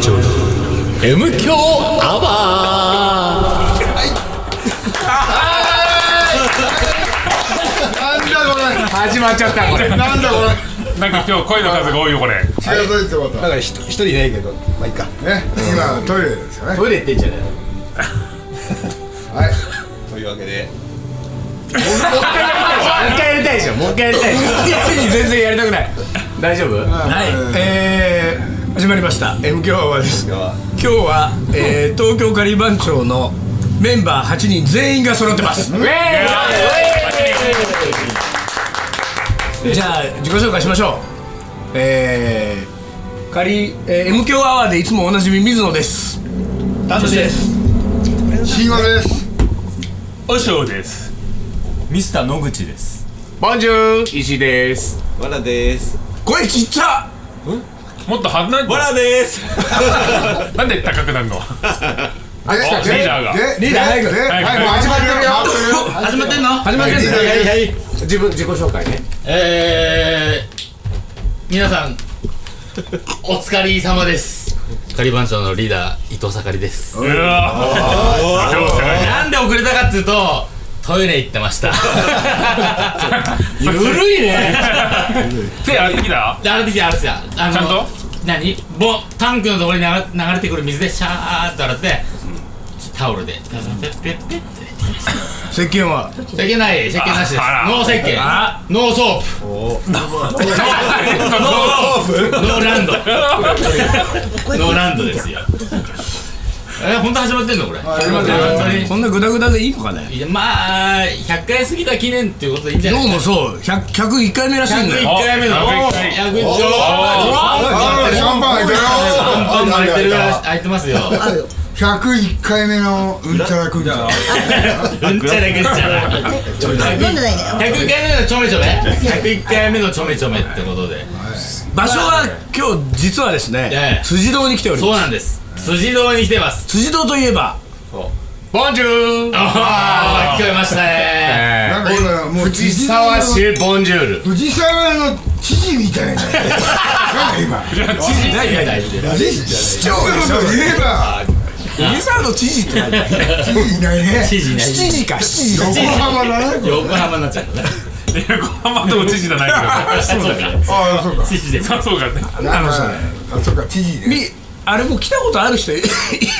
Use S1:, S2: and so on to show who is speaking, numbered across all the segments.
S1: 長の M 強アワ
S2: なんだこれ
S3: ー始まっちゃったこれ
S2: なんだこれ
S4: なんか今日声の数が多いよこれ
S2: 知らされてまた
S1: ーなんかひと一人いないけどまあいいか
S2: ね今トイレですよね
S3: トイレ行ってんじゃないの
S2: はい
S1: というわけで
S3: もう一回やりたいでしょもう一回やりたいでしょ全然やりたくない大丈夫
S5: はい、えー、始まりました M 強アワーです
S1: 今日は
S5: 今日は、えー、東京カリバン町のメンバー8人全員が揃ってます
S3: ウェーイ
S5: じゃあ自己紹介しましょうえー、カリ、えー、M 強アワーでいつもおなじみ水野です
S3: 楽しいです
S2: 神話です
S4: おしょうです
S6: ミスター野口です
S3: ボンジュール石井です
S1: わらです
S5: 声ちっちゃ
S4: もっとはなん
S6: ラです
S4: なんで高くなるの
S2: あれ
S4: あリーダーが
S2: でリーダー早く
S4: 早く
S2: はいもう始まってるよ
S5: 始まってんの
S3: 始まってんだ
S2: はいはい
S3: 自分自己紹介ね
S7: えー、皆さん、お疲れ様です。カリバン長のリーダー、伊藤さかりです。
S4: うわー
S7: なんで遅れたかっつうと、トイレ行ってま した。
S5: ゆるいね
S4: 手洗ってきた
S7: で、あれできた、あれできた。あの
S4: ちゃんと
S7: 何ボタンクのところに流れ流れてくる水でシャーっと洗って、タオルで、ペッペッペッって。
S5: 石鹸は
S7: 石鹸ない、石鹸なしです。
S4: ああら
S7: ノー石鹸。ノーソープ。ノーランド。ノーランドですよ。え、本当始まってんのこれ。始まってる。本当に
S5: こんなグダグダでいいのかね
S7: いやまあ100回過ぎた記念っていうことでいいんじゃ
S5: ど
S7: ないうです
S5: もそう100 101回目らしいんだ
S7: か
S5: よ
S7: 101回目の
S4: お
S7: 101回
S2: あシャンパン開いてるよ
S7: パン開いてる開いてますよ
S2: 101回目のうんちゃらくんちゃら
S7: うんちゃらぐっちゃら
S8: 飲んでないんだよ。
S7: 101回目のちょめちょめ101回目のちょめちょめってことで
S5: 場所は今日実はです
S7: え
S5: ね
S7: え
S5: 辻堂に来ており
S7: そう
S5: ます
S7: なんです辻堂に来てます
S5: 辻堂といえば
S3: ボンジュール
S7: ああ聞こえましたね
S2: なんか今もう
S3: 藤沢市ボンジュール
S2: 藤沢の知事みたいな今
S7: 何が大事で
S2: 市長のこと言えば
S5: リザード知事って何
S2: 知事いないね
S7: 知事ね
S5: 7時か7時
S2: 横浜だね
S7: 横浜になっちゃったね
S4: 横浜とも知事じゃないけ
S7: そうだね
S2: ああそうか
S7: 知事で
S4: どそうかね
S5: あのさ
S2: あそうか知事ね
S5: みあれもう来たことある人 いい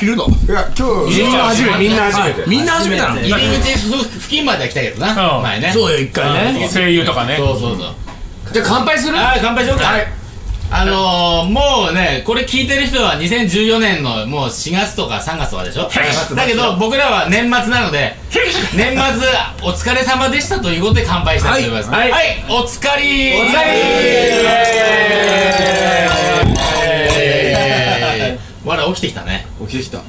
S5: るの
S2: いや今日
S3: みんな初めてみんな初めて
S5: みんな初めてなの
S7: 入り口付近までは来たけどな
S4: うん
S7: 前ね
S5: そうよ一回ね
S4: 声優とかね
S7: そうそうそう
S3: じゃあ乾杯する
S7: あー乾杯しようかあのー、もうねこれ聞いてる人は2014年のもう4月とか3月とかでしょだけど僕らは年末なので年末お疲れ様でしたということで乾杯したいと思いますはい、お疲れお疲れわら起きてきたね
S6: 起きてきた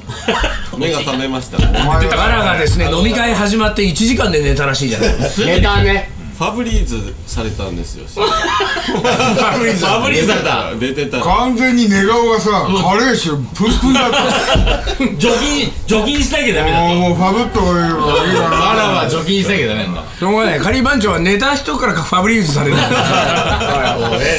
S6: 目が覚めましたフ
S5: わらがですね飲み会始まって1時間で寝たらしいじゃない
S3: ネタね
S6: ァブリーズされたんですよ
S7: バブリーズバブリーズだった
S6: 出てた
S2: 完全に寝顔がさ加齢臭プンプンだった
S7: 除菌除菌しなきゃダメだ
S2: もう
S7: と
S2: もうファブっとこういうのいいか
S7: わ
S2: な
S7: らは除菌しなきゃダメなんだ
S5: しょうがない仮番長は寝た人からファブリーズされる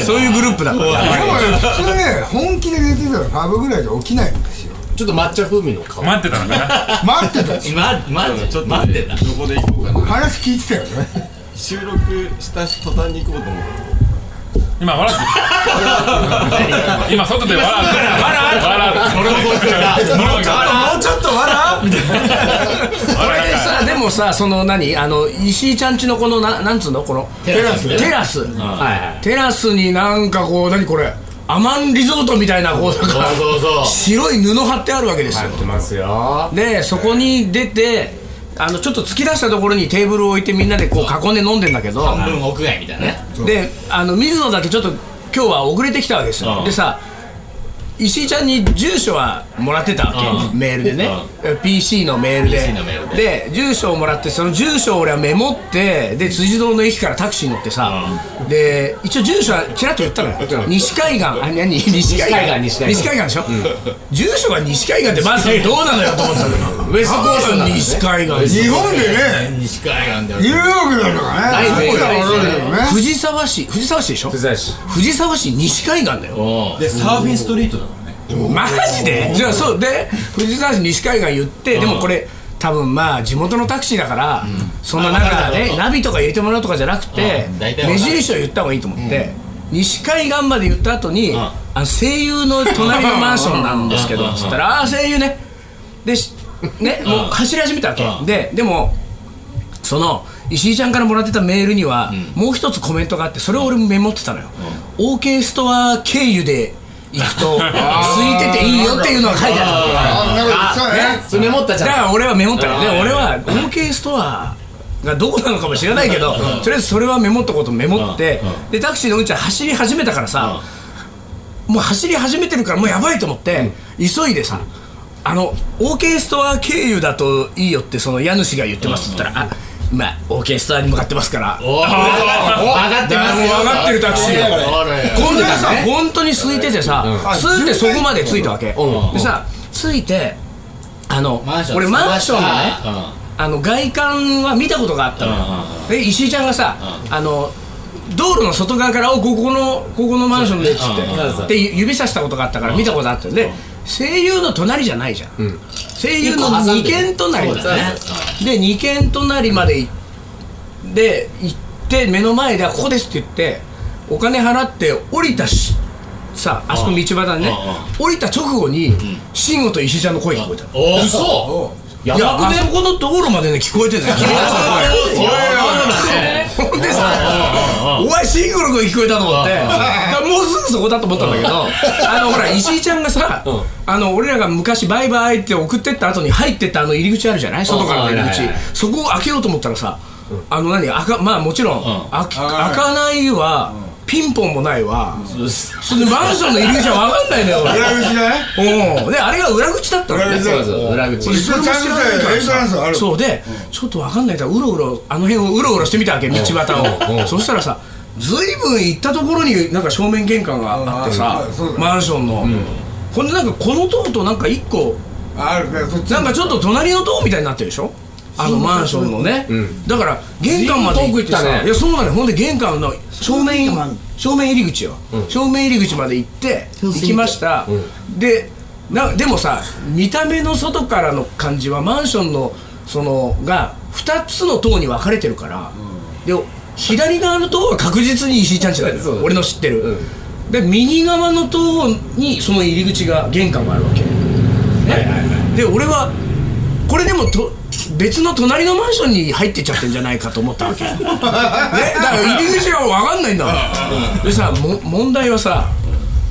S5: そういうグループだから
S2: でもね普通ね本気で寝てたらファブぐらいで起きないんですよ
S3: ちょっと抹茶風味の香り
S4: 待ってたのかな
S2: 待ってたよ
S7: 今待って待ってた
S6: どこで行こうかな
S2: 話聞いてたよね
S6: 収録した途端に行こうと思っ
S4: 今笑って今外で笑って笑って
S7: 俺もそうしてた
S5: もうちょっとわらこれさでもさその何あの石井ちゃんちのこのななんつうのこの
S7: テラス
S5: テラス
S3: はいはい
S5: テラスになんかこう何これアマンリゾートみたいなこうなんか
S7: そうそうそ
S5: 白い布貼ってあるわけですよ
S3: やってますよ
S5: でそこに出てあのちょっと突き出したところにテーブルを置いてみんなでこう囲んで飲んでんだけど
S7: う半分屋外みたいなね
S5: であの水野だけちょっと今日は遅れてきたわけですよ、
S7: うん
S5: でさ石井ちゃんに住所はもらってたわけ、
S7: うん
S5: メールでね、PC のメールで
S7: PC のメール
S5: で住所をもらってその住所を俺はメモってで辻堂の駅からタクシーに乗ってさ、で一応住所はちらっと言ったのよ西海岸あ何西海岸
S3: 西海岸
S5: 西海岸でしょ、住所が西海岸ってまずどうなのよと思ったのよウェストコーストの西海岸
S2: 日本でね
S7: 西海岸で
S2: ニューヨークだとかねそうだわかるけどね
S5: 藤沢市藤沢市でしょ
S3: 不在し
S5: 藤沢市西海岸だよ
S7: お
S6: てでサーフィンストリートだもんね
S5: マジでじゃあそうで藤沢市西海岸言って、でもこれ多分まあ地元のタクシーだから、そんななん
S7: あわか
S5: か
S7: るだろう
S5: ね
S7: と
S5: ナビとか入れてもらうとかじゃなくて、
S7: うん大体わか
S5: 目
S7: る
S5: 印を言った方がいいと思って、西海岸まで言った後に、
S7: ん
S5: あの声優の隣のマンションなんですけど
S7: うん
S5: つったら「ああ声優ね」でしねもう走り始めたわけ、
S7: うん
S5: ででもその石井ちゃんからもらってたメールには、もう一つコメントがあってそれを俺もメモってたのよ、OK ストア経由で行くと空いてていいよっていうのが書いてあったの
S2: あなるほどそうやね
S5: ね
S7: それメモったじ
S5: だ
S7: ゃん
S5: から俺はメモったのよで
S7: あー
S5: 俺は OK ストアがどこなのかも知らないけどとりあえずそれはメモったことメモってでタクシーのうんちは走り始めたからさもう走り始めてるからもうやばいと思って急いでさあの OK ストア経由だといいよってその家主が言ってますって言ったらあまあ OK ストアに向かってますから
S7: おお上がってますよ
S5: 上がってるタクシー
S7: おれ
S5: 今度さ本当に空いててさスーってそこまで着いたわけでさ着いてあの
S7: マンション
S5: 俺マンションの
S7: う
S5: ね
S7: ん
S5: あの外観は見たことがあったのよで石井ちゃんがさあの道路の外側から「おここのここのマンションで」っつ
S7: そうそうそう
S5: ってで指さしたことがあったから見たことあったんで声優の隣じゃないじゃん声優の2軒隣だねで2軒隣まで行ってで行って目の前で「ここです」って言ってお金払って降りたしさあそこ道端にね降りた直後に慎吾と石井ちゃんの声聞こえたの
S7: お嘘や
S5: いやあ
S7: ばくね
S5: そこの道路までね聞こえて たよ 君たちの
S7: そうなんだね
S5: 声ほんでさお前慎吾の声聞こえたと思ってだからもうすぐそこだと思ったんだけどあのほら石井ちゃんがさあの俺らが昔バイバイって送ってった後に入ってったあの入り口あるじゃない外からの入り口
S7: うんうんはいはいはい
S5: そこを開けようと思ったらさあの何開かまあもちろん
S7: ん
S5: 開き開かないはピンポンもないわ
S7: 嘘
S5: それでマンションの入り口は分かんないのよ
S2: 裏口だね
S5: 俺うんであれが裏口だったのね
S2: 裏口だよ
S7: 裏口
S5: 俺それも知らないから
S2: エントランスあ
S5: さ
S2: る
S5: そうで、ちょっと分かんないからうろうろあの辺をうろうろしてみたわけ道端をそしたらさずいぶん行ったところになんか正面玄関があってさ
S2: うんそうだね
S5: マンションの、ほんでなんかこの塔となんか一個
S2: あるねそっち
S5: なんかちょっと隣の塔みたいになってるでしょあのマンションのね、だから玄関まで行って
S3: ずいぶん遠く行っ
S5: さ、
S3: たね
S5: いやそうなのよほんで玄関の正面正面入り口よ、正面入り口まで行って行きました、でなでもさ見た目の外からの感じはマンションのそのが2つの塔に分かれてるから、で左側の塔は確実に石井ちゃんちだよ
S3: そうだね
S5: 俺の知ってる、で右側の塔にその入り口が玄関があるわけ、ねで俺はこれでもと別の隣のマンションに入ってっちゃってんじゃないかと思った わけねだから入り口が分かんないんだもんでさも問題はさ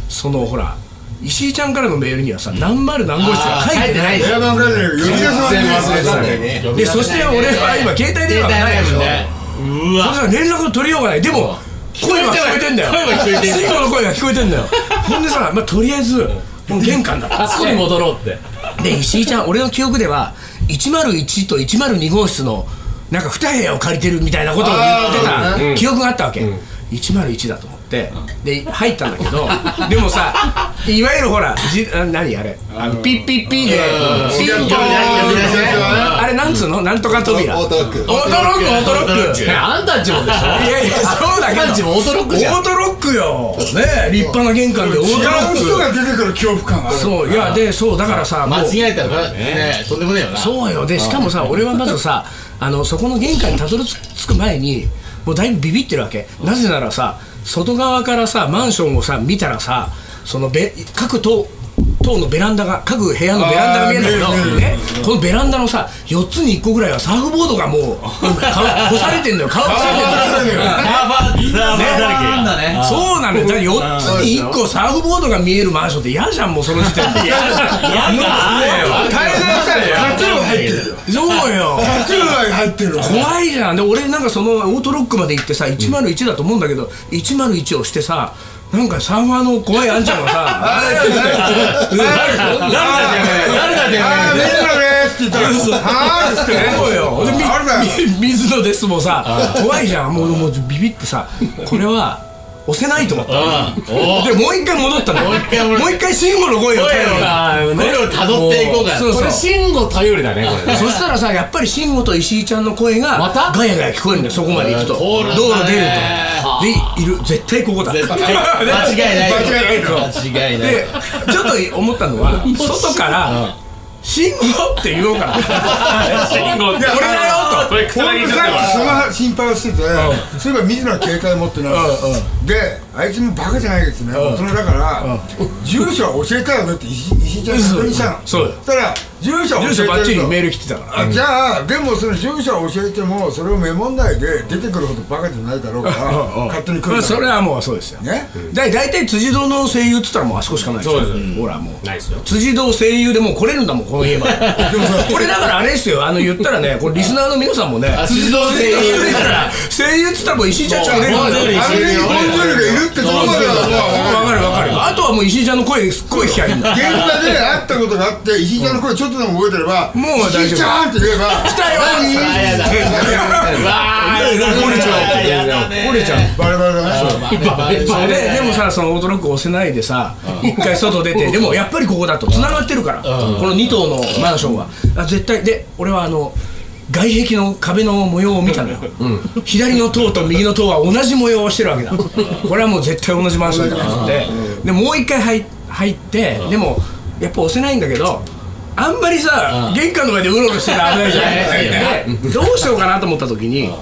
S5: そのほら石井ちゃんからのメールにはさ何丸何号室が書いてない
S7: あー書いてない
S2: エアバンから呼び出し忘れてたね
S1: ね
S5: でそして俺は今携帯電話がないでしょ
S7: う
S5: そ
S7: わ
S5: したら連絡を取りようがないでも声は聞こえてんだよ
S7: 声は聞こえてんだよ
S5: 慎吾の声が聞こえてんだよほんでさ、まあ、とりあえずもう玄関だった
S7: あそこに戻ろうって
S5: で石井ちゃん俺の記憶では101と102号室のなんか2部屋を借りてるみたいなことを言ってた記憶があったわけ、101だと思ってで入ったんだけどでもさいわゆるほらじあ何あれあのピッピッピーでピンポーンってねあれなんつうのなんとか扉
S1: オートロック
S5: オートロックオートロック
S7: ねあんたんちもでしょ
S5: いやいやそうだけど
S7: パンチもオートロックじゃん
S5: オートロックよねえ立派な玄関でオートロ
S2: 違う人
S5: ッ
S2: が出てくる恐怖感があ
S5: ク
S2: る
S5: そういやでそうだからさもう
S7: 間違えたらねとんでもねえよな
S5: そうよでしかもさ俺はまずさあのそこの玄関にたどり着く前にもうだいぶビビってるわけなぜならさ外側からさマンションをさ見たらさそのべ各棟棟のベランダが各部屋のベランダが見えるんだ
S2: あ
S5: け
S2: ー見
S5: ど、
S2: え
S5: ね、このベランダのさ4つに1個ぐらいはサーフボードがもうか干されてんだよ乾かされてんだよ
S7: サーバーサーバーだらけなんだね
S5: そうなのよだ4つに1個サーフボードが見えるマンションって嫌じゃんもうその時点で
S2: 階段したらタトゥーが入ってるよ
S5: そうよ
S2: タトゥーが入ってるわ
S5: 怖いじゃんで俺なんかそのオートロックまで行ってさ101だと思うんだけど、101をしてさなんかサーファーの怖いあんちゃんがさ「あーって言って
S7: 誰だって
S2: あー水野ですって言ったらはーいってね
S5: そうよでみ
S2: あるだよ
S5: み水野ですもんさ怖いじゃんもうもうビビってさこれは押せないと思ったでもう一回戻ったの
S7: もう一回戻った
S5: もう一回慎吾の声を頼りに
S7: 声をたどっていこうか
S5: そうそう
S3: これ慎吾頼りだねこれ
S5: そしたらさやっぱり慎吾と石井ちゃんの声が
S7: また
S5: ガヤガヤ聞こえるんだよそこまで行くと
S7: ほら
S5: 道路出る
S7: ね
S5: とでいる絶対ここだ
S7: 間違いない
S2: 間違いない
S7: 間違いない
S5: でちょっと思ったのは外から「信号」って言おうかな
S4: 信号って
S5: これだよ
S4: これ草薙にとって
S2: さっき
S4: は
S2: その心配をしてて、そういえば水野は携帯持ってない、であいつもバカじゃないですね、大人だから、住所は教えたよねって石石井ちゃんに確認したの
S5: そうよ
S2: したら住所は教えて
S5: 住所
S2: る
S5: ばっちり
S2: と
S5: メール来てたから
S2: あじゃあでもその住所は教えてもそれをメモんないで出てくるほどバカじゃないだろうから勝手に来る
S5: ま
S2: ん
S5: あ
S2: だ
S5: それはもうそうですよ
S2: ね
S5: だい大体辻堂の声優っつったらもうあそこしかないそうですほらもう
S3: ないですよ
S5: 辻堂声優でもう来れるんだもんこの家までこれだからあれですよあの言ったらねこれリスナーの皆さんもね
S7: あ辻堂声優
S5: 辻堂声優っつったらもう石井ちゃんしか出る
S7: もうボンジョ
S2: あ
S7: ル
S2: れにボンジョルがいるってとこまでは
S5: わかるわかるあとはもう石井ちゃんの声すっごい聞きゃいいんだ
S2: 現場で会ったことがあって石井ちゃんの声ちょっとでも覚えてれば
S5: もう大丈夫
S2: 石井ちゃんって言えば
S5: 来たよ
S2: 何
S7: あやだわー
S5: 折れちゃう
S7: やだね
S5: 折れちゃう
S2: バレバレだね
S5: そうででもさそのオートロック押せないでさ一回外出てでもやっぱりここだと繋がってるからこの2棟のマンションはあ絶対で俺はあの外壁の壁の模様を見たのよ、左の塔と右の塔は同じ模様をしてるわけだこれはもう絶対同じマンションだなと思ってでもう一回入入ってでもやっぱ押せないんだけどあんまりさ玄関の前でうろうろしてたら危ないじゃんでどうしようかなと思った時に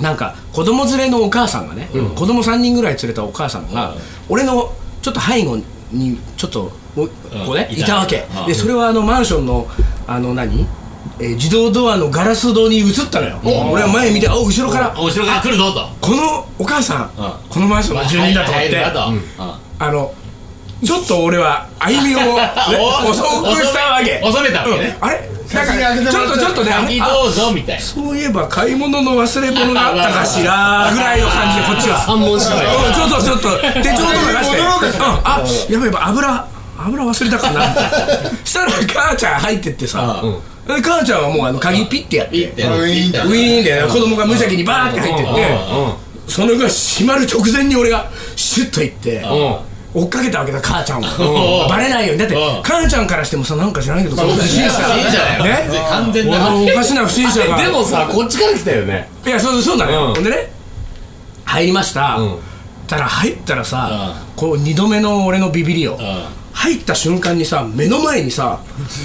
S5: なんか子供連れのお母さんがね、子供3人ぐらい連れたお母さんが、俺のちょっと背後にちょっとおこうね、
S7: うん
S5: いたわけ、
S7: うん
S5: でそれはあのマンションのあの何、えー自動ドアのガラス戸に映ったのよ、俺は前見てあ後ろから
S7: お後ろから来るぞと
S5: このお母さん、
S7: うん
S5: このマンションの住人だと思っ
S7: 入
S5: て、
S7: るなとうん
S5: あのちょっと俺は歩みを、ね、
S7: お
S5: 遅くしたわけ
S7: 遅めたわけね
S5: うんあれなん
S2: 先に開けて
S5: かち
S2: も
S5: ょ
S2: らっ
S5: っと
S2: た
S5: ちょっとねあ
S7: 先
S5: あ
S7: どうぞみたいな
S5: そういえば買い物の忘れ物があったかしら ぐらいの感じでこっちは
S3: 三文芝居
S5: うんちょっとちょっと手帳とか出 して、
S2: 驚く
S5: うん、あやばいやばい油油忘れたかなみたいなしたら母ちゃん入ってってさで母ちゃんはもうあの鍵ピッてやって
S7: ピッてピッて
S5: ウィーンで子供が無邪気にバーって入ってってそのが閉まる直前に俺がシュッと行って追っかけたわけだ母ちゃんを
S7: うん
S5: バレないようにだって
S7: うん
S5: 母ちゃんからしてもさなんか知らんけど不審者
S7: 不審者だよ
S5: ね
S7: 完全
S5: あ
S7: な
S5: のおかしな不審者が
S3: でもさこっちから来たよね
S5: いやそうそうだね、
S3: うん
S5: ほんでね入りました、
S3: うん
S5: たら入ったらさ、こう2度目の俺のビビりを、入った瞬間にさ目の前にさ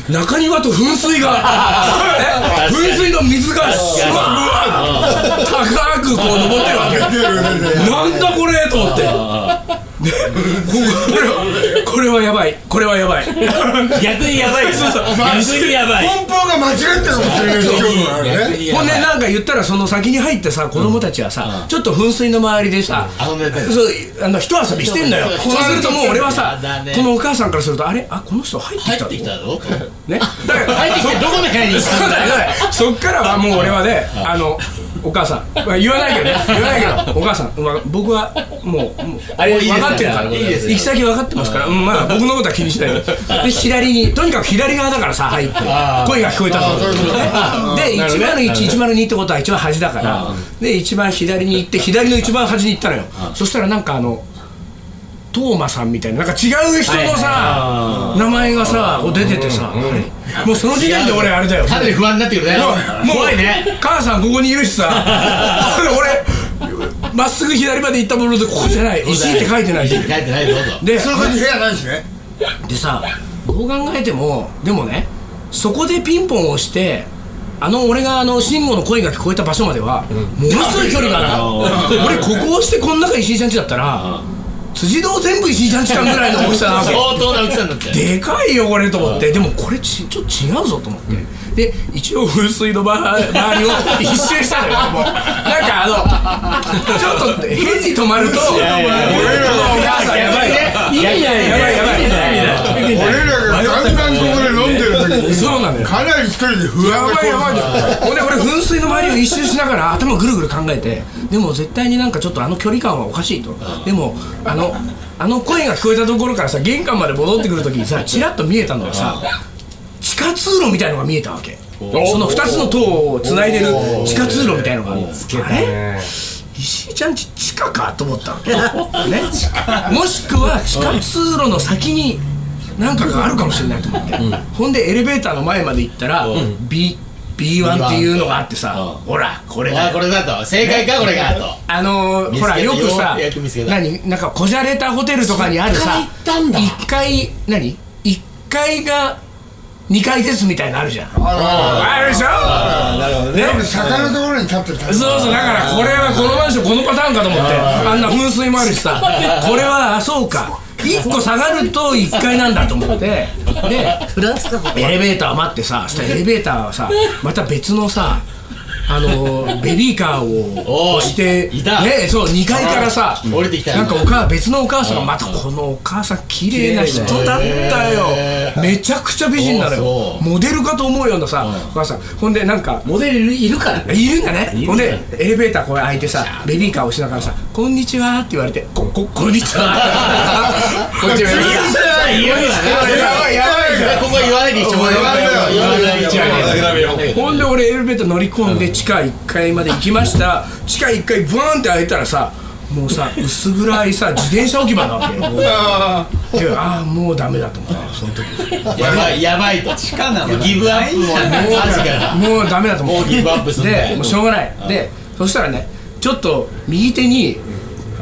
S5: 中庭と噴水がね 噴水の水がシュワー高くこう登ってるわけなんだこれと思って。ねこれはこれはやばいこれはやばい
S7: 逆にやばい
S5: そうそう
S7: 逆にやばい
S2: 根本が間違ってるかもしれない状況があるね
S5: ほんでなんか言ったらその先に入ってさ子供たちはさ、ちょっと噴水の周りでさ、
S7: 遊んでて
S5: そうあの一遊びしてんだよ
S7: そう
S5: そうするともう俺はさ
S7: やだね
S5: このお母さんからするとあれあこの人入って
S7: 入
S5: き
S7: ったてき
S5: ね
S7: たぞ
S5: だから
S7: 入ってきてどこの部屋に行っ
S5: そ
S7: た
S5: うんだ
S7: だ
S5: よ
S7: よ
S5: だからそっからはもう俺はねあのお母さんまあ言わないけどね言わないけどお母さんまあ僕はもうもう
S3: あれいいです
S5: 分かってるから
S7: いいですよ
S5: 行き先分かってますからうんまあ僕のことは気にしないでで左にとにかく左側だからさ入って声が聞こえたぞで1010102ってことは一番端だからで一番左に行って左の一番端に行ったのよそしたらなんかあのトーマさんみたいななんか違う人のさ名前がさこう出ててさもうその時点で俺あれだよ
S7: かなり不安になってくるね
S5: もう
S7: 怖いね
S5: 母さんここにいるしさ俺まっすぐ左まで行ったものでここじゃない石井って書いてないし
S7: 書いてないぞと
S5: で
S2: その先部屋ないしね
S5: でさどう考えてもでもねそこでピンポンを押してあの俺があの慎吾の声が聞こえた場所までは、ものすごい距離があるの俺ここ押してこの中石井ちゃん家だったら、辻堂全部石井ちゃん家かぐらいの大きさなわけ
S7: 相当な大きさになっちゃう
S5: でかいよこれと思ってでもこれちちょっと違うぞと思って、で一応噴水のば周りを一周したのよもうなんかあのちょっと変に止まると俺らのお母さんやばいね
S7: いやいやい
S5: やばいやばい
S2: 俺らがガンガンここで飲んでる時に
S5: そうなのよ
S2: かなり一人で不
S5: や
S2: 安が
S5: ばいやばい
S2: こう
S5: ほんで俺噴水の周りを一周しながら頭ぐるぐる考えてでも絶対になんかちょっとあの距離感はおかしいとでもあのあの声が聞こえたところからさ玄関まで戻ってくるときにさちらっと見えたのがさ地下通路みたいのが見えたわけその2つの塔をつないでる地下通路みたいのがあるあれ石井ちゃんち地下かと思ったわけ、ね、もしくは地下通路の先に何かがあるかもしれないと思って、ほんでエレベーターの前まで行ったら、ビビ B1 っていうのがあってさ
S7: うん
S5: ほらこれだ
S7: あ
S5: よ
S7: これだと正解かこれがと
S5: あのー
S7: 見つけた
S5: ほらよく
S7: よ
S5: さ
S7: うやく見つけた
S5: 何なんかこじゃれたホテルとかにあるさ
S7: 一回行ったんだ
S5: 1階何1階が2階ですみたいなのあるじゃんあるでしょ
S1: なるほどね
S2: 多分坂のところに立ってるタイプ
S5: そうそうだからこれはこのマンションこのパターンかと思ってあんな噴水もあるしさこれはあそうか1個下がると1階なんだと思ってでフランスかエレベーター待ってさそしたらエレベーターはさまた別のさあの ベビーカーを
S7: おー
S5: 押して
S7: いた
S5: ねそう2階からさ
S7: 降りてきた
S5: なんかお母別のお母さんがまたこのお母さん綺麗な人だった
S7: へ
S5: よめちゃくちゃ美人なの
S7: おー
S5: よ
S7: そう
S5: モデルかと思うようなさお母さんほんでなんか
S3: モデルいるからね
S5: いるんだねほんでエレベーターこう開いてさベビーカー押しながらさ「こんにちは」って言われて「こここんにちは」
S3: こっちは
S7: 言う
S5: やばいやばいじゃん
S7: ここは言わないで一応言わないで一 応
S5: ほんで俺エレベーター乗り込んで地下1階まで行きました地下1階ブワーンって開いたらさもうさ薄暗いさ自転車置き場なわけよでああもうダメだと思ったその時
S7: やばいやばいと
S8: 地下なの
S7: ギブアップも確かに
S5: もうダメだと思って
S7: もうギブアップするんだ
S5: でもうしょうがない、でそしたらねちょっと右手に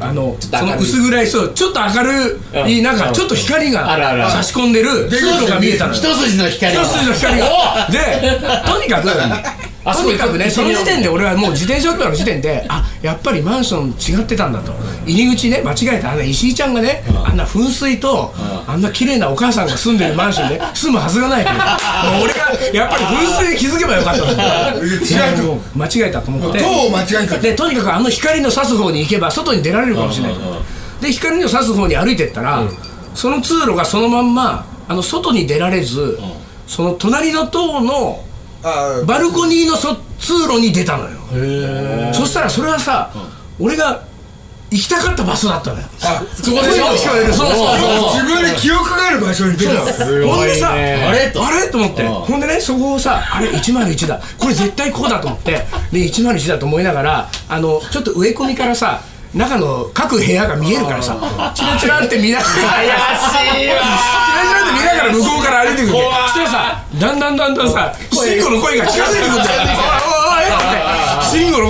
S5: あのその薄暗いそうちょっと明るいなんかちょっと光が
S3: あるあるある
S5: 差し込んでる通路が見えたのよ
S7: 一筋の光
S5: 一筋の光がでとにかく
S3: あそ
S5: と
S3: こ行
S5: に
S3: く
S5: かくねその時点で俺はもう自転車置き場の時点であやっぱりマンション違ってたんだと入り口ね間違えたあの石井ちゃんがねあんな噴水とあんな綺麗なお母さんが住んでるマンションで住むはずがないと思ってもう俺がやっぱり噴水で気づけばよかったと思って
S2: い
S5: い
S2: や違う
S5: や
S2: と
S5: もう間違えたと思って
S2: 塔を間違えた
S5: でとにかくあの光の差す方に行けば外に出られるかもしれないとで光の差す方に歩いてったら、その通路がそのまんまあの外に出られず、その隣の塔の
S2: あ
S5: バルコニーのそ通路に出たのよそしたらそれはさ、俺が行きたかった場所だったのよ
S7: そこでしょ
S5: 聞こえるそうそうそう
S2: 自分に記憶がある場所に出た
S5: ほんでさ、
S7: あれと
S5: あれと思ってほんでねそこをさあれ101だこれ絶対こうだと思ってで101だと思いながらあのちょっと植え込みからさ中の各部屋が見えるからさチラチラって見ながらチラチラって
S7: 怪しいわ
S5: 見ながら向こうから歩いてくるわけそしたらさだんだんだんだんさ慎吾の声が近づいてくるんだよ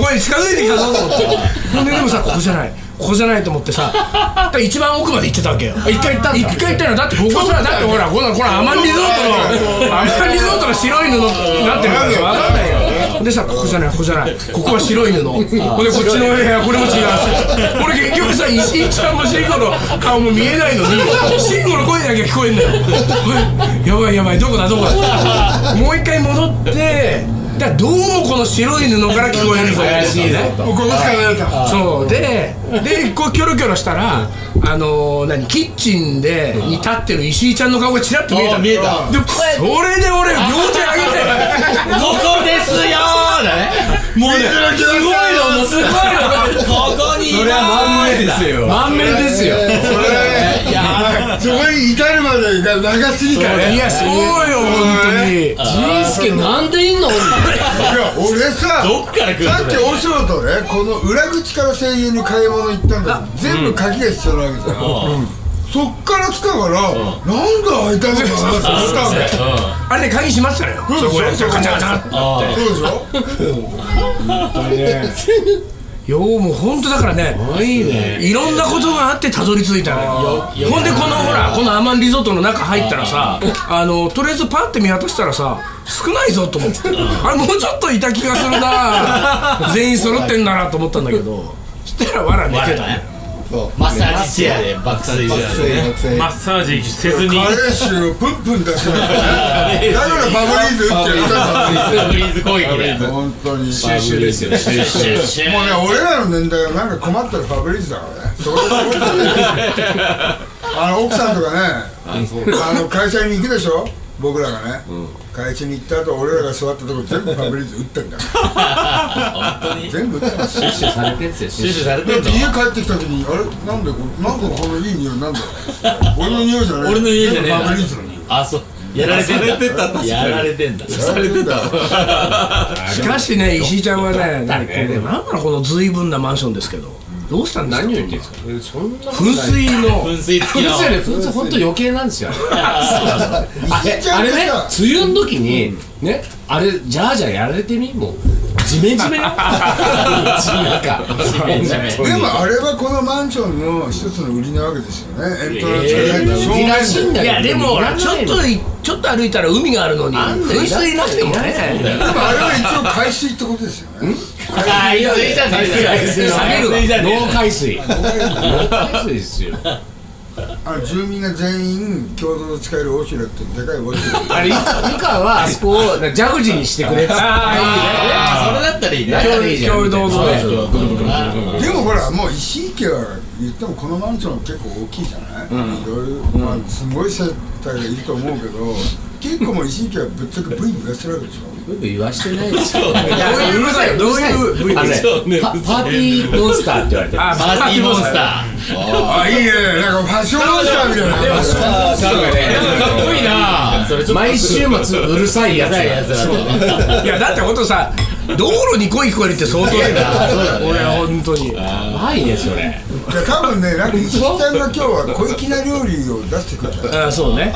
S5: おいおいおいって慎吾の声に近づいてきたぞと思ってほん ででもさここじゃないここじゃないと思ってさだから一番奥まで行ってたわけよ
S3: 一回行ったん
S5: 一
S3: だ
S5: 回行ったよだってここさだってほらこのこのアマンリゾ ートのアマンリゾートの白い布になってるからわかんないよでさここじゃないここじゃないここは白い布ほんでこっちの部屋これも違うし俺結局さ石井ちゃんも慎吾の顔も見えないのに慎吾の声だけ聞こえんのよおいやばいやばいどこだどこだもう一回戻ってだからどうもこの白い布から聞こえるぞ
S3: 怪しいね
S2: もうここしかないと
S5: そうででこうキョロキョロしたらあのー何キッチンでに立ってる石井ちゃんの顔がちらっと見えたの
S7: 見えた
S5: でそれで俺両手上げて
S7: ここですよーだねもうねすごいのもうすごいのここに
S3: それは満面ですよ満面ですよ
S2: それそこに至るまでが長すぎたね
S5: いやそうよ本当に
S3: 仁助なんでいんの
S2: いや俺さ
S7: どっから来るの
S2: さっき大城とねこの裏口から声優に買い物行ったんだけど全部鍵が必要なわけじゃんうんそっから来たからなんで開いたのかなと思ったんだよ
S5: あれね鍵閉まってたのよそこやってガチャガチャ
S2: そうでしょ
S5: ようもう本当だからねいろんなことがあってたどり着いたのよほんでこのほらこのアマンリゾートの中入ったらさあのとりあえずパッて見渡したらさ少ないぞと思ってあれもうちょっといた気がするな全員揃ってんだなと思ったんだけどそしたらわら寝てたのよ
S7: マッサージチェアで爆睡してるね
S4: マッサージせずに
S2: カレー臭をプンプン出してるだからバブリーズ打って言ったんだ
S7: ブリーズ攻撃で
S2: 本当にもうね
S6: 収集ですよ
S2: 俺らの年代はなんか困ったらバブリーズだからねそこそこあの奥さんとかねあの会社に行くでしょ僕らがね、会社に行った後俺らが座ったとこ全部バブリーズ打ってんだから全部打ってますで
S3: 収集されてんすよ
S7: シュッシュされてん
S2: 家
S7: の
S2: 帰ってきた時にあれなんでこなんでこのいい匂いなんだよ俺の匂いじゃない
S7: 俺の家じゃ
S2: 全
S7: ねえな
S2: 部バブリーズの匂い
S7: あそうやられてんだやられてんだされてた
S5: しかしね石井ちゃんはね何こうねなんなのこの随分なマンションですけどどうしたんですか
S3: 何を言ってるんですかえそんなことない
S5: 噴水の
S7: 噴水付き
S3: 噴
S7: の
S3: 水より噴水本当余計なんですよあれ
S2: 石ちゃ
S3: あ
S2: ん
S3: れね
S2: がさ
S3: 梅雨の時にねあれじゃあじゃあやられてみもうジメジメよなんか
S7: ジメジメ
S2: でもあれはこのマンションの一つの売りなわけですよねエントランスに入って正
S3: いらしい
S2: 面
S3: ん
S2: で
S3: だ
S5: い
S3: けど
S5: やでもほらちょっといちょっと歩いたら海があるのに
S3: あんの
S5: 噴水なくても
S3: いらないんだ
S5: ね
S2: でもあれは一応海水ってことですよね
S7: あー水じゃねえ
S3: 海水
S7: よ
S3: 冷めるわ
S7: 水じゃねえよ
S3: 脳海水脳海水ですよ
S2: あの住民が全員共同で使えるオシュレットでかいオシュレット
S3: あれ、ゆかはあそこをジャグジーにしてくれっつって。
S7: あーそれだったらいいね
S3: 共同のね
S7: そうそう
S2: でもほらもう石井家は言ってもこのマンション結構大きいじゃない、いろいろ、まあ、すごい世帯がいると思うけど結構もう石井家はぶっちゃけ部位増やしてるわけでしょ
S3: 言わしてないですよ。
S5: どういううさいどういう V
S3: あのねパパーティーモンスターって言われてる。
S5: あ
S7: パーティーモンスタ
S2: あいいねなんかファッションモンスターみたいな
S7: ーなんかかっこいいなそれちょっと
S3: 毎週末うるさいやつ
S7: や
S3: が。
S7: つらだね
S5: いやだってほんとさ道路に声聞こえるって相当だよ
S7: そうだ
S5: な
S7: ね
S5: 俺は本当に
S3: やばいね、それ。
S2: いや多分ねなんか石井ちゃんが今日は小粋な料理を出してくれた
S5: あそうね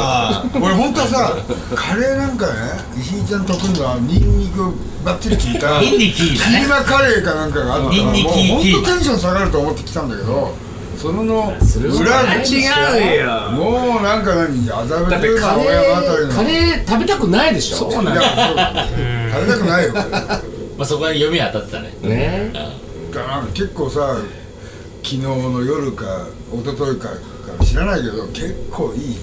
S2: 俺本当はさカレーなんかね石井ちゃん得意なニンニクをバッチリ効い た
S7: インディキーだ
S2: キ
S7: ね
S2: ーマカレーかなんかがあったから
S7: ニン
S2: もう
S7: ニク
S2: 本
S7: キー
S2: 当テンション下がると思ってきたんだけどそのの裏
S5: あ
S2: 口
S5: 違うよ
S2: もうなんか何麻布十
S3: カ
S2: 番親
S3: レ
S2: あたり
S3: ー、
S2: の
S3: カレー食べたくないでしょ。そう
S2: いやそう食べたくないよ
S7: まあそこは読み当たってたね
S3: ね。
S2: だから結構さ昨日の夜か一昨日かか知らないけど結構いい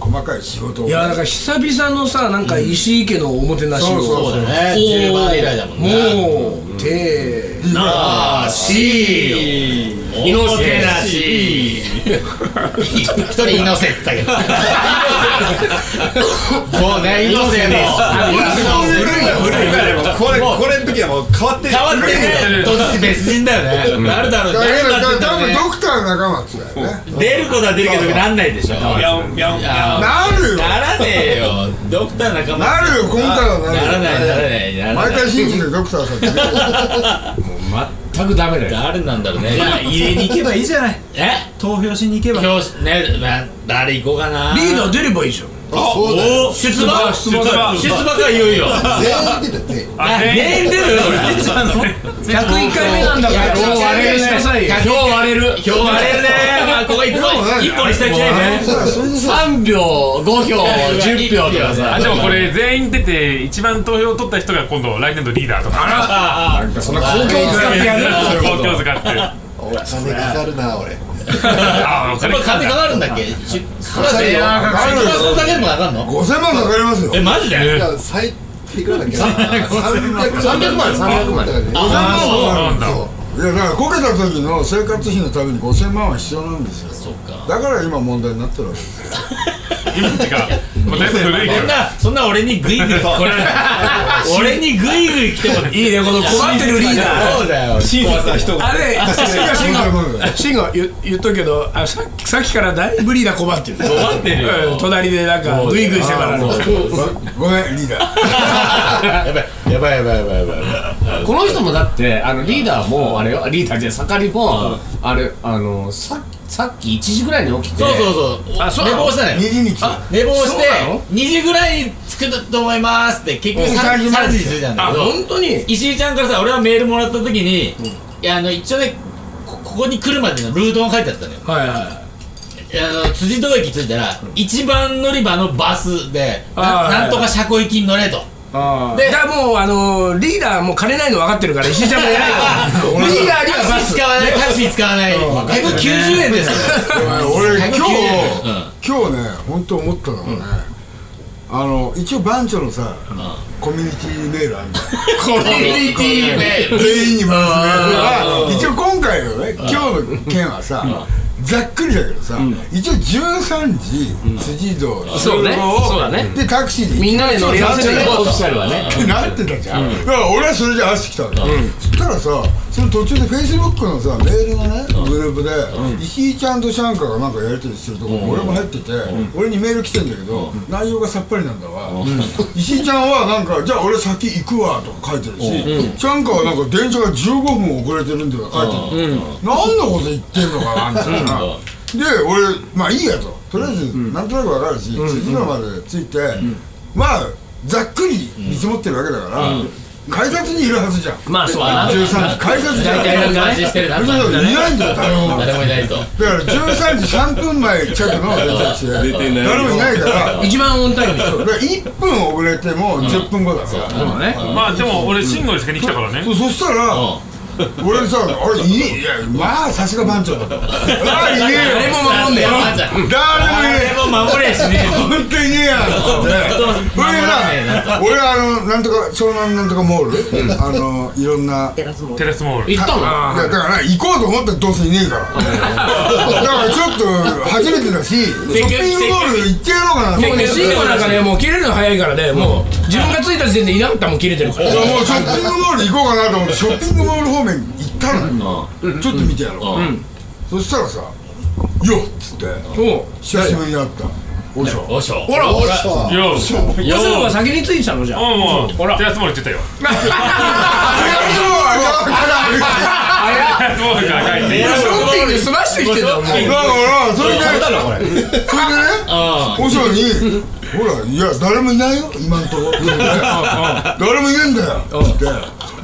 S2: 細かい仕事を
S5: いやなんか久々のさなんか石井家のおもてなしを
S2: そうそう
S7: そうだね
S5: おー
S7: 10番以来だもんね
S5: もう手
S7: なしイノセなし一人イノセって言ったけどもうねイノセの
S1: これこれの時はもう変わってる
S7: 変わってね突然別人だよねなるだろう
S2: だから
S7: 誰だって言っ
S2: 多分ド
S7: たら
S2: クター仲間っつうだよね
S7: ね出ることは出るけどなんないでしょ
S4: ミャンミャンミャン
S2: なるよ
S7: ならねえよドクター仲間
S2: なるよ今回はなるよ
S7: ならないならないならない
S2: 毎回信じてドクターさんって言ってる
S3: 全くダメだよ。
S7: 誰なんだろうね
S8: 家に行けばいいじゃない
S7: え
S8: 投票しに行けば
S7: 今日ねな誰行こうかな
S5: リーダー出ればいいじゃん
S6: あそうだよ
S7: お出馬
S5: 出馬だ
S7: 出馬かいよいよ
S6: 全員出てて
S4: あ
S7: 全員出る
S5: 101回目なんだから
S7: 今日割れる
S5: しなさい
S7: ね
S5: よ
S7: 今日割れる今日割れるねまあここ一本一本にしていきたいね
S3: 3秒、5票、10票とか
S4: あ
S3: さ。
S4: でもこれ全員出て一番投票取った人が今度来年度リーダーとか
S7: ああ
S3: その公共使ってやるなそういう
S4: 東
S3: こと
S4: 京使ってる
S6: お金かかるな俺
S4: あお
S7: これ
S4: 金か
S7: 金かかるんだっけ出馬するよ出馬するだけでもかかんの
S2: 5000万かかりますよ
S7: えマジで
S6: 最低いくらだっけ300
S3: 300万、300万。
S7: あ
S4: そうなんだ
S2: いやだからこけた時の生活費のために5000万は必要なんですよ
S7: そうか
S2: だから今問題になってるわけです
S4: 今ってかもうだいぶ古いけ
S7: そ
S4: ど
S7: ん なそんな俺にグイグイ来られない 俺にグイグイ来ても
S5: いいねこの困ってるリーダー
S7: そうだよ
S6: 親切な人
S5: あれ
S2: 問題問 題
S5: 慎吾言言っとくけどあさっきさっきからだいぶリーダー困ってる
S7: 困ってるよ
S5: うん隣でなんかグイグイしてからね
S2: ごめんリーダー
S7: やばい
S3: やばいやばいやばいやばいこの人もだってあのリーダーもあれよリーダーじゃない盛りもあれあのささっき1時ぐらいに起きて
S7: そうそうそう。
S5: あそう
S7: 寝
S5: なの
S7: 坊した
S2: 2
S7: ね。
S2: 時に来て
S7: 寝坊し
S5: そうなの
S7: て、2時ぐらいに着くと思いますって、結局
S2: うん
S7: 3時、
S2: 3
S7: 3時に着いたんだ
S5: あ
S7: けど、
S5: 本当に
S7: 石井ちゃんからさ、俺はメールもらった時に、いや、あの、一応ね、こここに来るまでのルートが書いてあったのよ。
S5: はいはい
S7: あの、辻堂駅着いたら、一番乗り場のバスで、
S5: あ
S7: な
S5: ー
S7: なんとか車庫行きに乗れと。
S5: あ
S7: で
S5: でだからもうあのーリーダーもう金ないの分かってるから石井ちゃんも偉い からリーダーに
S7: タ
S5: は
S7: ク
S5: バ
S7: シー
S5: ス
S7: 使わない、タクシー使わない。190円ですよ。
S2: 俺今日
S7: うん
S2: 今日ね本当思ったのはねあの一応番長のさコミュニティメールあるんだよ
S5: コミュニティ
S7: で
S2: 全員に回すね一応今回のね今日の件はさざっくりだけどさ、一応13時辻堂
S5: そうね
S2: 集合
S5: そうだね
S2: でタクシーで
S5: みんなで乗り合わせていこうと
S3: シャルはね
S2: ってなってたじゃん、だから俺はそれで走ってきたわけ、そしたらさその途中でフェイスブックのさメールのねグループで、石井ちゃんとシャンカがなんかやり取りしてるとこ、俺も入ってて、俺にメール来てんだけど、内容がさっぱりなんだわ、 石井ちゃんはなんか「じゃあ俺先行くわ」とか書いてるし、シャンカはなんか「電車が15分遅れてるんだ」とか書いてる、何のこと言ってんのかなみたいな。で俺まあいいやととりあえずなんとなくわかるし、次のまで着いて、まあざっくり見積もってるわけだから、改札にいるはずじゃん
S5: まあそうだな
S2: 13時改札じゃん
S5: 大体
S7: こ
S5: なんん
S7: な
S5: か
S7: 感じ
S5: ね
S7: してるな
S2: それぞれいないんだよ誰もだ
S7: 誰もいないと
S2: から13時3分前着の出たして
S1: 出てない
S2: 誰もいないから
S5: 一番オンタイムでしょ
S2: だから1分遅れても10分後だから、
S5: そうね
S4: まあでも俺信号で先に来たからね
S2: そそしたら、俺さ、あれ、いい、いや、まあ、さすが番長だ と。ああ、いね
S5: 誰
S2: えよ。
S5: も守んねえよ
S2: 誰もいね
S7: も守れしね
S2: え。本当にいねえやん。って。俺
S7: 守らねえな
S2: な、俺、あの、なんとか、湘南なんとかモール、あの、いろんな。
S4: テレスモール
S3: 行ったの
S2: いやだから行こうと思ったらどうせいねえからだからちょっと初めてだしショッピングモール行ってやろうかなと思
S5: もう
S2: って
S5: ね、シーゴなんかね、もう切れるの早いからね、もう自分が着いた時点でいなかったらもう切れてるから。
S2: いやもうショッピングモール行こうかなと思ってショッピングモール方面行ったのよちょっと見てやろう、そしたらさ「よっ!」っつって
S5: も
S2: 久しぶりに会ったおしょ
S7: おしょ
S5: う、ほら、おし
S4: よう
S5: ょうが先に着いてたのじゃん。
S4: もうもうテレスモールって言ったよテレスモールから帰って
S5: ショッピング済ましてきてたもん。
S2: だからそれでそれでねおしょに「ほらいや誰もいないよ今んとこ」誰もいねえんだよ」つってで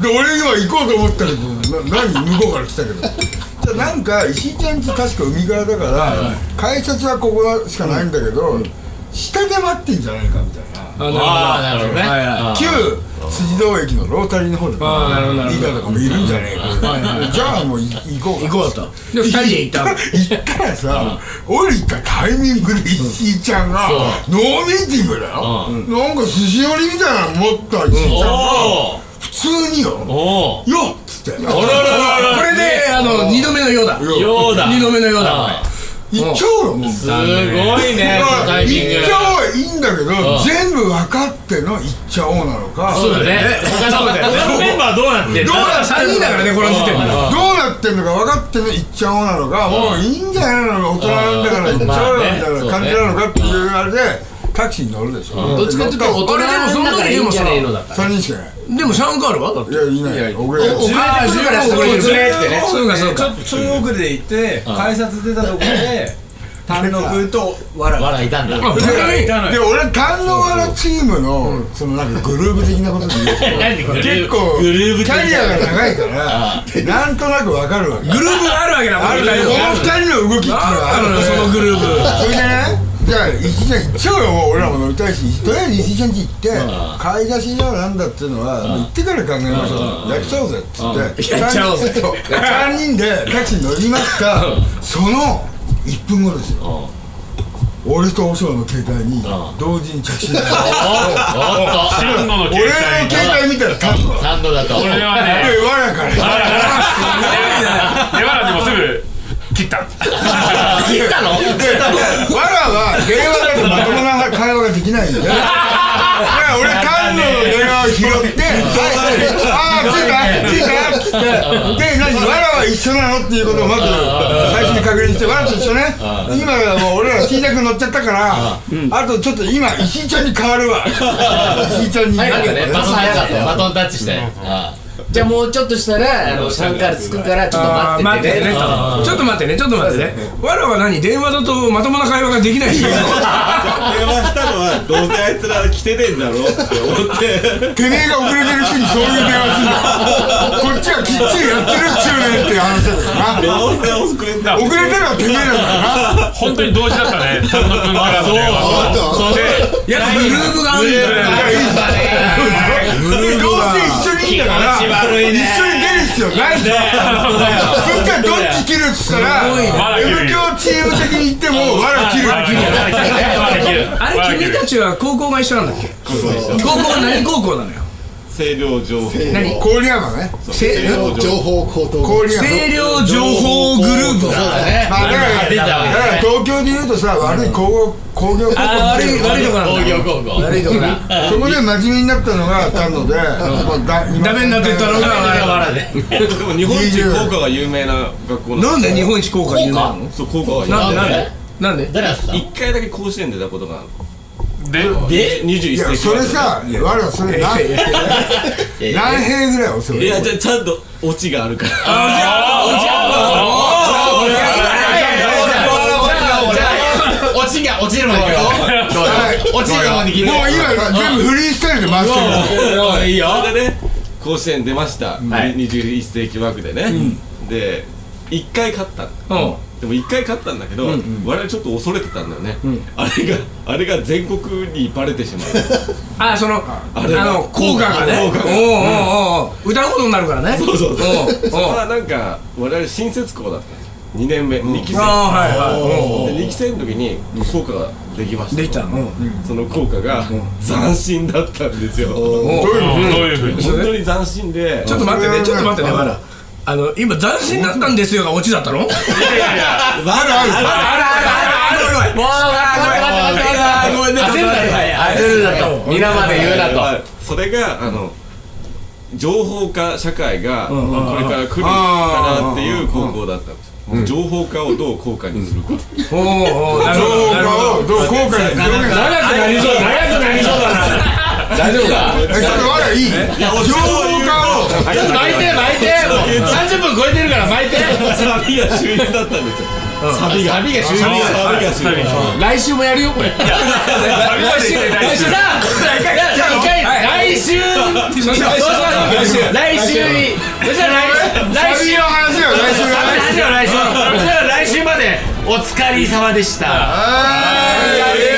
S2: 俺今行こうと思ったけどな何向こうから来たけど。じゃあなんか石井ちゃんち確か海側だから改札はここしかないんだけど下で待ってんじゃないかみたいな。
S7: ああなるほどね
S5: はいはい
S2: 旧辻堂駅のロータリーの方でリー
S5: あーなるほどな
S2: ダ
S5: るほど
S2: ーとかもいるんじゃねえかじゃあもうい行こう行こうと
S5: で二人で行ったの
S2: 行ったらさ降りたタイミングで石井ちゃんがノーミーティングだよなんか寿司寄りみたいなの持った石井ちゃんが
S7: お
S2: 普通によ
S7: おお
S2: よっつって
S7: お
S2: 行っ
S7: らららら
S5: これで、あの、二度目のようだ。
S7: ようだ
S5: 二度目のようだ。
S2: ちゃうよもう
S7: すごいねこのタイミング
S2: 行っちゃおうはいいんだけど全部分かっての行っちゃおうなのか
S7: そうだね他の他のメンバーはどうなってん
S2: ど
S7: の
S2: うなって
S5: 三人だからね、この時点で。
S2: どうなってんのか分かってね行っちゃおうなのかもういいんじゃないの大人なんだから行っちゃおうよみたいな感じなのかっていうあれでタクシーに乗るでしょど
S3: どっちかっていうと大人の中でいいんじゃねえのだから
S2: 3人しかいない
S5: でもシャンカールはだって。
S2: いやいないよ遅れる
S5: ああ、十分遅れ
S8: 遅れ
S5: てる。そうか、そ
S8: ち
S5: う
S8: ょ
S5: か。
S8: っとちょい遅れで行って改札出たとこで丹野君と笑
S7: わらいたんだ
S5: あ、ブル
S8: いたの
S2: で
S8: よ
S2: 俺丹野原チームのそのなんかグループ的なことで言うと
S7: 何グルー
S2: 結構
S7: グルー
S2: キ
S7: ブ的な
S2: ャリアが長いからなんとなく分かるわけ
S5: グループがあるわけだもん。
S2: あるだよこの二人の動きっていうの
S5: あ
S2: は
S5: ったのよ、そのグループ。
S2: それでねじゃあ石井ちゃん行っちゃうよもう俺らも乗りたいしとりあえず石井ちゃん家行って買い出しだなんだっていうのはもう行ってから考えましょうやっちゃおうぜっつって
S5: やっちゃおうぜ
S2: 3人でタクシーに乗りますかその1分後ですよ俺と和尚の携帯に同時に着信
S7: おっと
S4: 信号の
S2: 俺
S4: 携
S2: の
S4: 帯に
S2: 携帯見たらタンの
S7: サンドだと
S4: これは
S2: で
S4: ね
S2: わらから
S4: あらあら出払ってもすぐ切った
S2: 聞いたのわらは電話だとまともな会話ができないんだよだから俺丹野の電話を拾って「ああ着いた着いた」っつって「で何わらは一緒なの?」っていうことをまず最初に確認して「わらと一緒ね今はもう俺ら T シャツ乗っちゃったからあとちょっと今石井ちゃんに変わるわ」石井ちゃんに
S3: はい
S2: なんか
S3: ね
S7: バトン早かったよバトンタッチしてあ
S3: じゃあもうちょっとしたらあのシャンカール着くからちょっと
S5: あー
S3: 待
S5: 待
S3: っ
S5: ってて
S3: て
S5: ね
S3: ね
S5: ちょっと待ってねちょっと待ってねわらは何電話だとまともな会話ができ ない人
S1: 電話したのはどうせあいつら来てねえんだろうって思って
S2: てめえが遅れてる人にそういう電話するなこっちはきっちりやってるっちゅうねんっていう話だからな
S1: どうせ遅れんだ
S2: 遅れたのはてめえなんだからな
S4: 本当に同時だったね丹野君からの電話
S7: そう
S5: いやグループがあるんだよ
S2: どうせ一緒にいいんだから
S7: 気持ち悪いね
S2: 一緒に出る必要ないじゃんそしたらどっち切るっつったら
S5: すごいね
S2: M 強チーム的に言ってもわら切る
S5: あれ君たちは高校が一緒なんだっけ高校が何高校なのよ
S1: 清涼情報
S6: せーの
S5: 何
S2: 郡山ね
S5: せ
S1: 清涼
S6: 情
S1: 情報
S6: 報高等
S2: 郡山
S5: 清涼情報グループ
S7: そう
S5: だ
S7: だね。
S2: まあだから
S7: 出たわ
S2: だか
S7: け
S2: ら
S7: だね。
S2: 東京で言うとさ悪い工業工業高校
S5: あー悪い悪いとこなんだ
S7: 工業高校。
S5: 悪いとこだ
S2: そこで真面目になったのが丹野でダ
S5: ダメになってったのが
S1: でも日本一効果が有名な学校
S5: なんで日
S1: 本
S5: 本一高校有名なの
S1: そう効果が有名
S5: なんでなん
S7: なん
S5: で
S7: で
S5: なんで
S7: 誰がした
S1: 一回だけ甲子園出たことがある
S4: で
S1: で21
S2: い
S1: 世
S2: や
S1: 紀
S2: それさ我らそれ何何兵ぐらい遅
S1: い
S2: い
S1: やじゃあちゃんとオチがあるから
S7: 落ちが落ちるまで行くよ。落ちるまで行くよ。
S2: もう今全部フリースタイルで回してる
S1: いいよそれでね甲子園出ました、21世紀枠でね、で1回勝ったの、でも1回勝ったんだけど、我々ちょっと恐れてたんだよね、あれがあれが全国にバレてしまう
S5: あそのあ
S1: あれは
S5: の効果がね
S1: 効果が
S5: おうおうおうおう歌うことになるから ね
S1: そうそうそう
S5: おう
S1: そこ
S5: おう
S1: はなんか我々新設校だったんですよ2年目、二2期生
S5: あーはいはい
S1: で2期生の時に効果ができました
S5: できたの
S1: その効果が斬新だったんですよ
S4: ど
S1: 本
S4: ういうふうに
S1: 当に斬新で
S5: ちょっと待ってねちょっと待ってねわらあの今斬新だったんですよがオチだったのあるあるあるあるあるあるあるごめんごめんごめんごめんね
S7: 焦るな
S5: 焦るなと
S7: 皆まで言うなと。
S1: はいそれがあの情報化社会がこれから来るかなっていう高校だったんですよもう情報化をどう効果にするか
S5: おうおうなるほどなるほど
S2: どう効果に広げる
S3: 長くなりそう長くなりそうだな大丈夫か
S2: えちょっと我らいい情報化を
S1: ちょっと
S7: 巻いて巻いてもう30分超えてるから巻いて
S1: サビが秀逸だったんですよ
S7: サビが終
S1: サ
S7: 了
S1: ビが秀逸
S3: 来週もやるよこれ
S4: 来週来週
S7: さあじゃあ一回来週
S5: そうしようそうしよう
S7: 来週来週にそしたら来
S2: 旅の話よ
S7: 週来週
S2: 来週の話
S7: 来週来週までお疲れ様でした
S2: はい